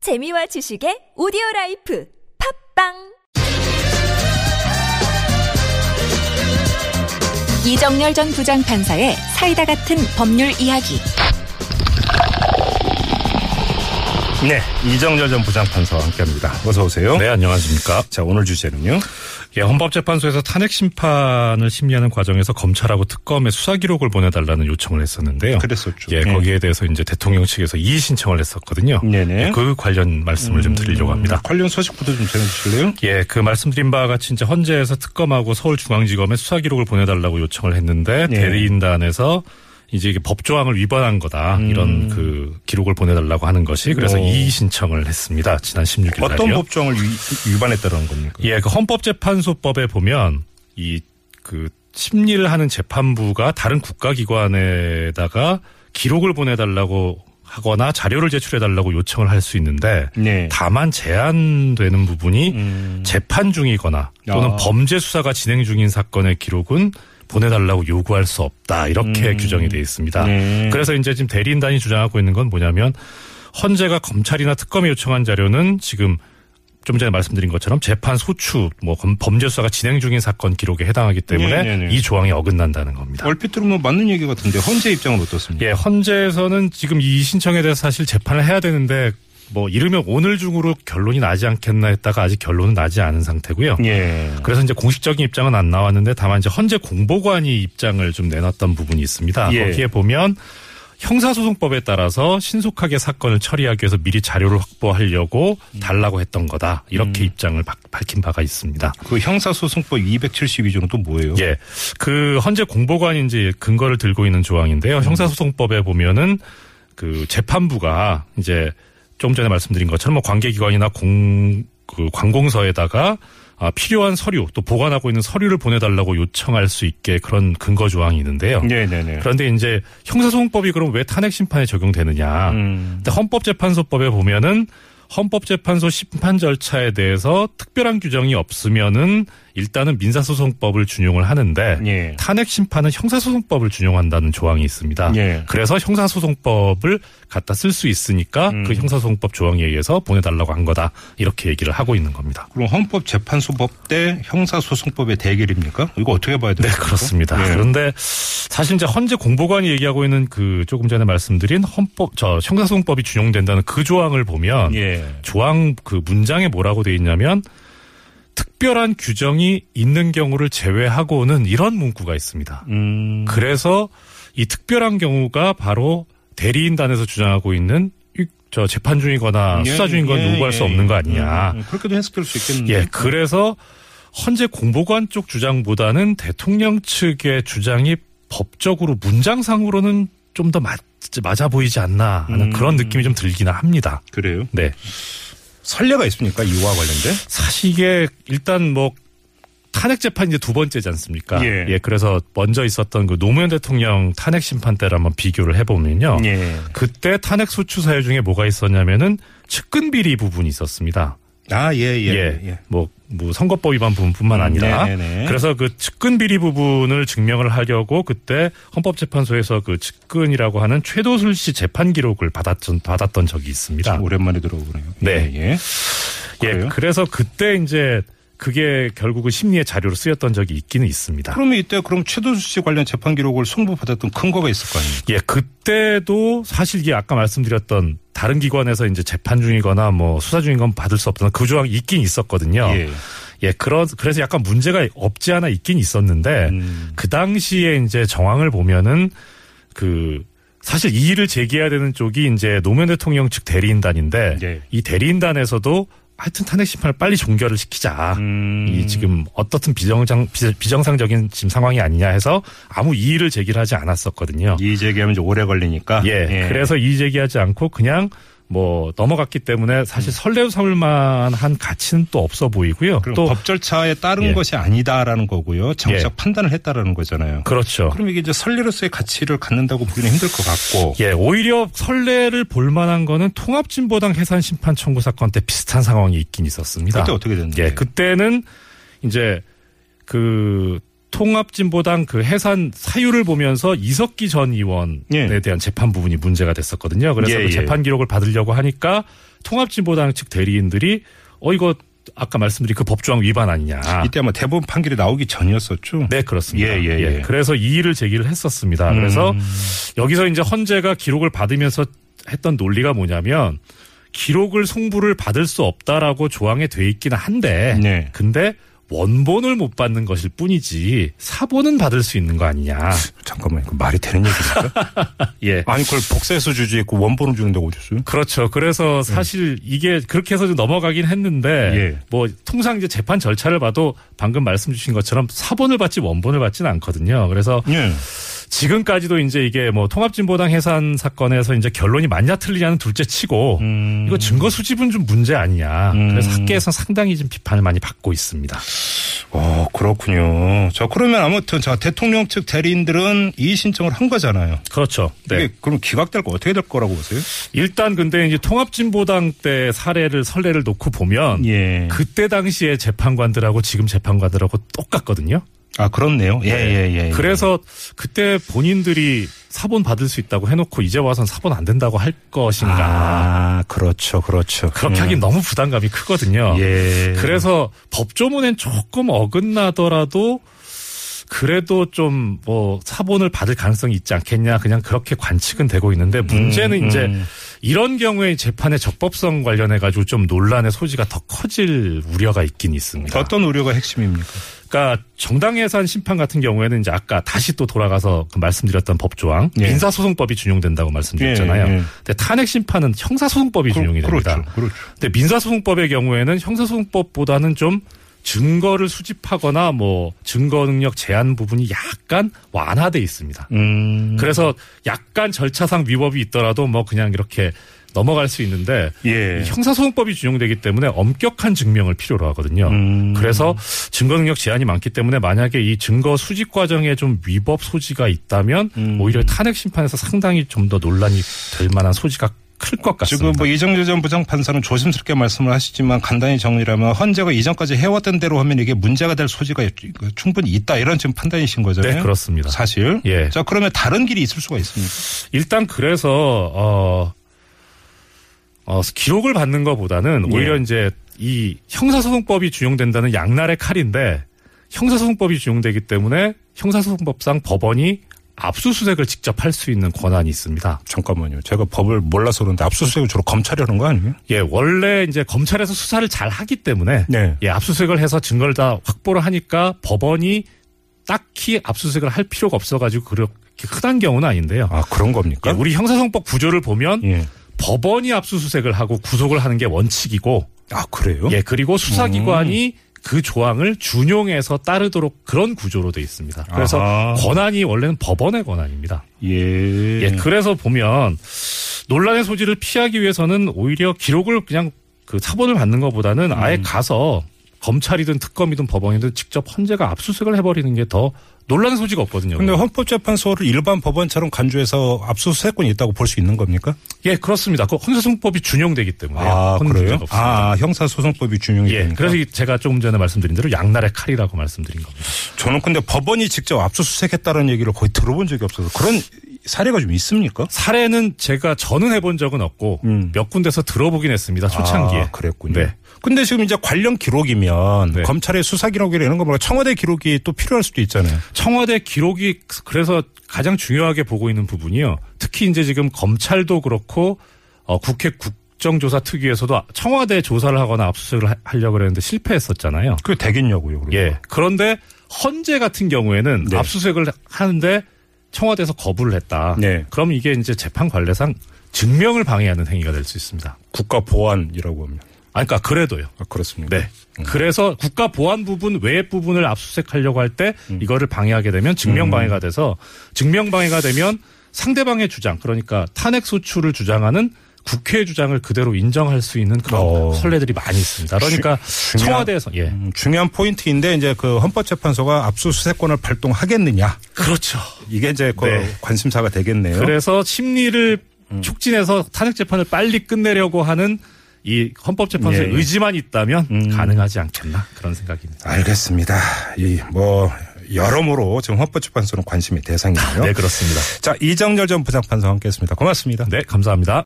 재미와 지식의 오디오 라이프 팝빵 이정열 전 부장판사의 사이다 같은 법률 이야기. 네, 이정열 전 부장판사와 함께합니다. 어서 오세요. 네, 안녕하십니까. 자, 오늘 주제는요. 예, 헌법재판소에서 탄핵 심판을 심리하는 과정에서 검찰하고 특검에 수사 기록을 보내달라는 요청을 했었는데요. 그랬었죠. 예, 네. 거기에 대해서 이제 대통령 측에서 이의 신청을 했었거든요. 네네. 음. 예, 그 관련 말씀을 좀 드리려고 합니다. 관련 소식부터 좀 전해주실래요? 예, 그 말씀드린 바와 같이 이제 헌재에서 특검하고 서울중앙지검에 수사 기록을 보내달라고 요청을 했는데 예. 대리인단에서 이제 이게 법조항을 위반한 거다 이런 그 기록을 보내달라고 하는 것이 그래서 음. 오. 이의 신청을 했습니다. 지난 16일 날이요. 어떤 법정을 위- 위반했다는 겁니까? 예, 그 헌법재판소법에 보면 이 그 심리를 하는 재판부가 다른 국가기관에다가 기록을 보내달라고 하거나 자료를 제출해달라고 요청을 할 수 있는데 네. 다만 제한되는 부분이 음. 재판 중이거나 또는 아. 범죄 수사가 진행 중인 사건의 기록은 보내달라고 요구할 수 없다 이렇게 규정이 돼 있습니다. 음. 네. 그래서 이제 지금 대리인단이 주장하고 있는 건 뭐냐면 헌재가 검찰이나 특검이 요청한 자료는 지금 좀 전에 말씀드린 것처럼 재판 소추 뭐 검- 범죄 수사가 진행 중인 사건 기록에 해당하기 때문에 네, 네, 네. 이 조항이 어긋난다는 겁니다. 얼핏 들으면 맞는 얘기 같은데 헌재 입장은 어떻습니까? 예, 헌재에서는 지금 이 신청에 대해서 사실 재판을 해야 되는데 뭐 이르면 오늘 중으로 결론이 나지 않겠나 했다가 아직 결론은 나지 않은 상태고요. 예. 그래서 이제 공식적인 입장은 안 나왔는데 다만 이제 헌재 공보관이 입장을 좀 내놨던 부분이 있습니다. 예. 거기에 보면 형사소송법에 따라서 신속하게 사건을 처리하기 위해서 미리 자료를 확보하려고 음. 달라고 했던 거다. 이렇게 입장을 바- 밝힌 바가 있습니다. 그 형사소송법 272조는 또 뭐예요? 예. 그 헌재 공보관이 이제 근거를 들고 있는 음. 조항인데요. 형사소송법에 보면은 그 재판부가 이제 좀 전에 말씀드린 것처럼 뭐 관계기관이나 공, 그 관공서에다가 아, 필요한 서류 또 보관하고 있는 서류를 보내달라고 요청할 수 있게 그런 근거 조항이 있는데요. 음. 네네네. 그런데 이제 형사소송법이 그럼 왜 탄핵 심판에 적용되느냐? 음. 근데 헌법재판소법에 보면은 헌법재판소 심판 절차에 대해서 특별한 규정이 없으면은 일단은 민사소송법을 준용을 하는데 예. 탄핵 심판은 형사소송법을 준용한다는 조항이 있습니다. 예. 그래서 형사소송법을 갖다 쓸 수 있으니까 음. 그 형사소송법 조항에 의해서 보내달라고 한 거다 이렇게 얘기를 하고 있는 겁니다. 그럼 헌법재판소법 대 형사소송법의 대결입니까? 이거 어떻게 봐야 네, 되나요? 그렇습니다. 예. 그런데 사실 이제 헌재 공보관이 얘기하고 있는 그 조금 전에 말씀드린 헌법 저 형사소송법이 준용된다는 그 조항을 보면 예. 조항 그 문장에 뭐라고 돼 있냐면 특별한 규정이 있는 경우를 제외하고는 이런 문구가 있습니다. 음. 그래서 이 특별한 경우가 바로 대리인단에서 주장하고 있는 이- 저 재판 중이거나 예, 수사 중인 건 예, 요구할 예, 수 없는 거 예. 아니냐. 음, 음, 그렇게도 해석될 수 있겠는데. 예, 그래서 헌재 공보관 쪽 주장보다는 대통령 측의 주장이 법적으로 문장상으로는 좀 더 맞아 보이지 않나 음. 하는 그런 느낌이 좀 들기는 합니다. 그래요. 네. 선례가 있습니까? 이와 관련된? 사실 이게 일단 뭐 탄핵 재판 이제 두 번째지 않습니까? 예. 그래서 먼저 있었던 그 노무현 대통령 탄핵 심판 때를 한번 비교를 해보면요. 예. 그때 탄핵 소추 사유 중에 뭐가 있었냐면은 측근 비리 부분이 있었습니다. 아, 예, 예. 예. 예. 음, 뭐, 뭐 선거법 위반 부분뿐만 아니라 네네네. 그래서 그 측근 비리 부분을 증명을 하려고 그때 헌법재판소에서 그 측근이라고 하는 최도술 씨 재판 기록을 받았던 받았던 적이 있습니다. 참 오랜만에 아. 들어보네요. 네. 예, 예. 예, 그래요? 그래서 그때 이제 그게 결국은 심리의 자료로 쓰였던 적이 있기는 있습니다. 그러면 이때 그럼 최도수 씨 관련 재판 기록을 송부받았던 근거가 있을 거 아닙니까? 예, 그때도 사실 이게 아까 말씀드렸던 다른 기관에서 이제 재판 중이거나 뭐 수사 중인 건 받을 수 없다는 그 조항이 있긴 있었거든요. 예. 예, 그런 그래서 약간 문제가 없지 않아 있긴 있었는데 음. 그 당시에 이제 정황을 보면은 그 사실 이 일을 제기해야 되는 쪽이 이제 노무현 대통령 측 대리인단인데 예. 이 대리인단에서도 하여튼 탄핵 심판을 빨리 종결을 음. 시키자. 이 지금 어떻든 비정상 적인 지금 상황이 아니냐 해서 아무 이의를 제기하지 를 않았었거든요. 이 제기하면 이제 오래 걸리니까. 예, 그래서 이의 제기하지 않고 그냥 뭐 넘어갔기 때문에 사실 설레 삼을 만한 가치는 또 없어 보이고요. 음. 그럼 또 법 절차에 따른 예. 것이 아니다라는 거고요. 정작 예. 판단을 했다라는 거잖아요. 그렇죠. 그럼 이게 이제 선례로서의 가치를 갖는다고 보기는 힘들 것 같고. 예, 오히려 설레를 볼 만한 거는 통합진보당 해산 심판 청구 사건 때 비슷한 예. 그, 상황이 있긴 있었습니다. 그때 어떻게 됐는데? 예, 그때는 이제 그 통합진보당 그 해산 사유를 보면서 이석기 전 의원에 예. 대한 재판 부분이 문제가 됐었거든요. 그래서 예, 그 예. 재판 기록을 받으려고 하니까 통합진보당 측 대리인들이 어 이거 아까 말씀드린 그 법조항 위반 아니냐. 이때 아마 대법원 판결이 나오기 전이었었죠. 네, 그렇습니다. 예, 예, 음. 예. 그래서 이 일을 제기를 했었습니다. 그래서 여기서 이제 헌재가 기록을 받으면서 했던 논리가 뭐냐면 기록을 송부를 받을 수 없다라고 조항에 돼 있기는 한데 네. 근데 원본을 못 받는 것일 뿐이지 사본은 받을 수 있는 거 아니냐. 잠깐만, 그 말이 되는 얘기입니까? 예. 아니, 그걸 복사해서 주지, 그 원본을 주는데 어딨어요? 그렇죠. 그래서 사실 이게 그렇게 해서 좀 넘어가긴 했는데 음. 예. 뭐 통상 이제 재판 절차를 봐도 방금 말씀 주신 것처럼 사본을 받지 원본을 받지는 않거든요. 그래서 예. 지금까지도 이제 이게 뭐 통합진보당 해산 사건에서 이제 결론이 맞냐 틀리냐는 둘째 치고 음. 이거 증거 수집은 좀 문제 아니냐. 그래서 학계에서 상당히 좀 비판을 많이 받고 있습니다. 어, 그렇군요. 자, 그러면 아무튼, 자, 대통령 측 대리인들은 이의 신청을 한 거잖아요. 그렇죠. 이게 그럼 기각될 거 어떻게 될 거라고 보세요? 일단 근데 이제 통합진보당 때 사례를 선례를 놓고 보면 예. 그때 당시에 재판관들하고 지금 재판관들하고 똑같거든요. 아, 그렇네요. 예, 예, 예. 예. 그래서 그때 본인들이 사본 받을 수 있다고 해놓고 이제 와선 사본 안 된다고 할 것인가. 아, 그렇죠, 그렇죠. 그렇게 하긴 너무 부담감이 크거든요. 예. 그래서 법조문엔 조금 어긋나더라도 그래도 좀 뭐 사본을 받을 가능성이 있지 않겠냐 그냥 그렇게 관측은 되고 있는데 음, 문제는 이제 이런 경우에 재판의 적법성 관련해 가지고 좀 논란의 소지가 더 커질 우려가 있긴 있습니다. 어떤 우려가 핵심입니까? 그러니까 정당 예산 심판 같은 경우에는 이제 아까 다시 또 돌아가서 그 말씀드렸던 법조항 예. 민사소송법이 준용된다고 말씀드렸잖아요. 예, 예. 근데 탄핵 심판은 형사소송법이 준용이 그, 됩니다. 그렇죠, 그렇죠. 근데 민사소송법의 경우에는 형사소송법보다는 좀 증거를 수집하거나 뭐 증거 능력 제한 부분이 약간 완화돼 있습니다. 음. 그래서 약간 절차상 위법이 있더라도 뭐 그냥 이렇게 넘어갈 수 있는데 예. 이 형사소송법이 준용되기 때문에 엄격한 증명을 필요로 하거든요. 음. 그래서 증거 능력 제한이 많기 때문에 만약에 이 증거 수집 과정에 좀 위법 소지가 있다면 음. 오히려 탄핵 심판에서 상당히 좀 더 논란이 될 만한 소지가 클 것 같습니다. 지금 뭐 이정재 전 부장판사는 조심스럽게 말씀을 하시지만 간단히 정리하면 헌재가 이전까지 해왔던 대로 하면 이게 문제가 될 소지가 충분히 있다 이런 지금 판단이신 거잖아요. 네, 그렇습니다. 사실. 예. 자 그러면 다른 길이 있을 수가 있습니까? 일단 그래서 어, 어, 기록을 받는 것보다는 예. 오히려 이제 이 형사소송법이 준용된다는 양날의 칼인데 형사소송법이 준용되기 때문에 형사소송법상 법원이 압수수색을 직접 할 수 있는 권한이 있습니다. 잠깐만요. 제가 법을 몰라서 그런데 압수수색을 주로 검찰이 하는 거 아니에요? 예, 원래 이제 검찰에서 수사를 잘 하기 때문에 네. 예, 압수수색을 해서 증거를 다 확보를 하니까 법원이 딱히 압수수색을 할 필요가 없어가지고 그렇게 흔한 경우는 아닌데요. 아 그런 예, 겁니까? 우리 형사소송법 구조를 보면 예. 법원이 압수수색을 하고 구속을 하는 게 원칙이고 아 그래요? 예 그리고 수사기관이 음. 그 조항을 준용해서 따르도록 그런 구조로 돼 있습니다. 그래서 아하. 권한이 원래는 법원의 권한입니다. 예. 예 그래서 보면 논란의 소지를 피하기 위해서는 오히려 기록을 그냥 그 사본을 받는 것보다는 음. 아예 가서 검찰이든 특검이든 법원이든 직접 헌재가 압수수색을 해버리는 게 더 논란의 소지가 없거든요. 근데 헌법재판소를 일반 법원처럼 간주해서 압수수색권이 있다고 볼 수 있는 겁니까? 예 그렇습니다. 그 헌재소송법이 준용되기 때문에 아, 헌 문제가 그래요? 없습니다. 아, 형사소송법이 준용이 예, 되니까. 그래서 이- 제가 조금 전에 말씀드린 대로 양날의 칼이라고 말씀드린 겁니다. 저는 근데 법원이 직접 압수수색했다는 얘기를 거의 들어본 적이 없어서 그런 사례가 좀 있습니까? 사례는 제가 저는 해본 적은 없고 음. 몇 군데서 들어보긴 했습니다. 초창기에. 아, 그랬군요. 네. 근데 지금 이제 관련 기록이면 네. 검찰의 수사 기록이나 이런 거 말고 청와대 기록이 또 필요할 수도 있잖아요. 청와대 기록이 그래서 가장 중요하게 보고 있는 부분이요. 특히 이제 지금 검찰도 그렇고 어, 국회 국정조사 특위에서도 청와대 조사를 하거나 압수수색을 하- 하려고 그랬는데 실패했었잖아요. 그게 되겠냐고요, 그러고. 예. 그런데 헌재 같은 경우에는 네. 압수수색을 하는데 청와대에서 거부를 했다. 네. 그럼 이게 이제 재판 관례상 증명을 방해하는 행위가 될 수 있습니다. 국가 보안이라고 합니다. 아, 그러니까 그래도요. 아, 그렇습니다. 네. 그래서 국가 보안 부분 외 부분을 압수수색하려고 할 때 음. 이거를 방해하게 되면 증명 방해가 돼서 증명 방해가 되면 상대방의 주장 그러니까 탄핵 소추를 주장하는 국회의 주장을 그대로 인정할 수 있는 그런 어. 선례들이 많이 있습니다. 그러니까 주- 중요한- 청와대에서 예. 음, 중요한 포인트인데 이제 그 헌법재판소가 압수수색권을 발동하겠느냐 그렇죠. 이게 이제 그 네. 관심사가 되겠네요. 그래서 심리를 촉진해서 탄핵 재판을 빨리 끝내려고 하는 이 헌법재판소의 예, 예. 음. 의지만 있다면 가능하지 않겠나 그런 생각입니다. 알겠습니다. 이 뭐 여러모로 지금 헌법재판소는 관심의 대상이에요. 네, 그렇습니다. 자, 이정열 전 부장판사와 함께했습니다. 고맙습니다. 네, 감사합니다.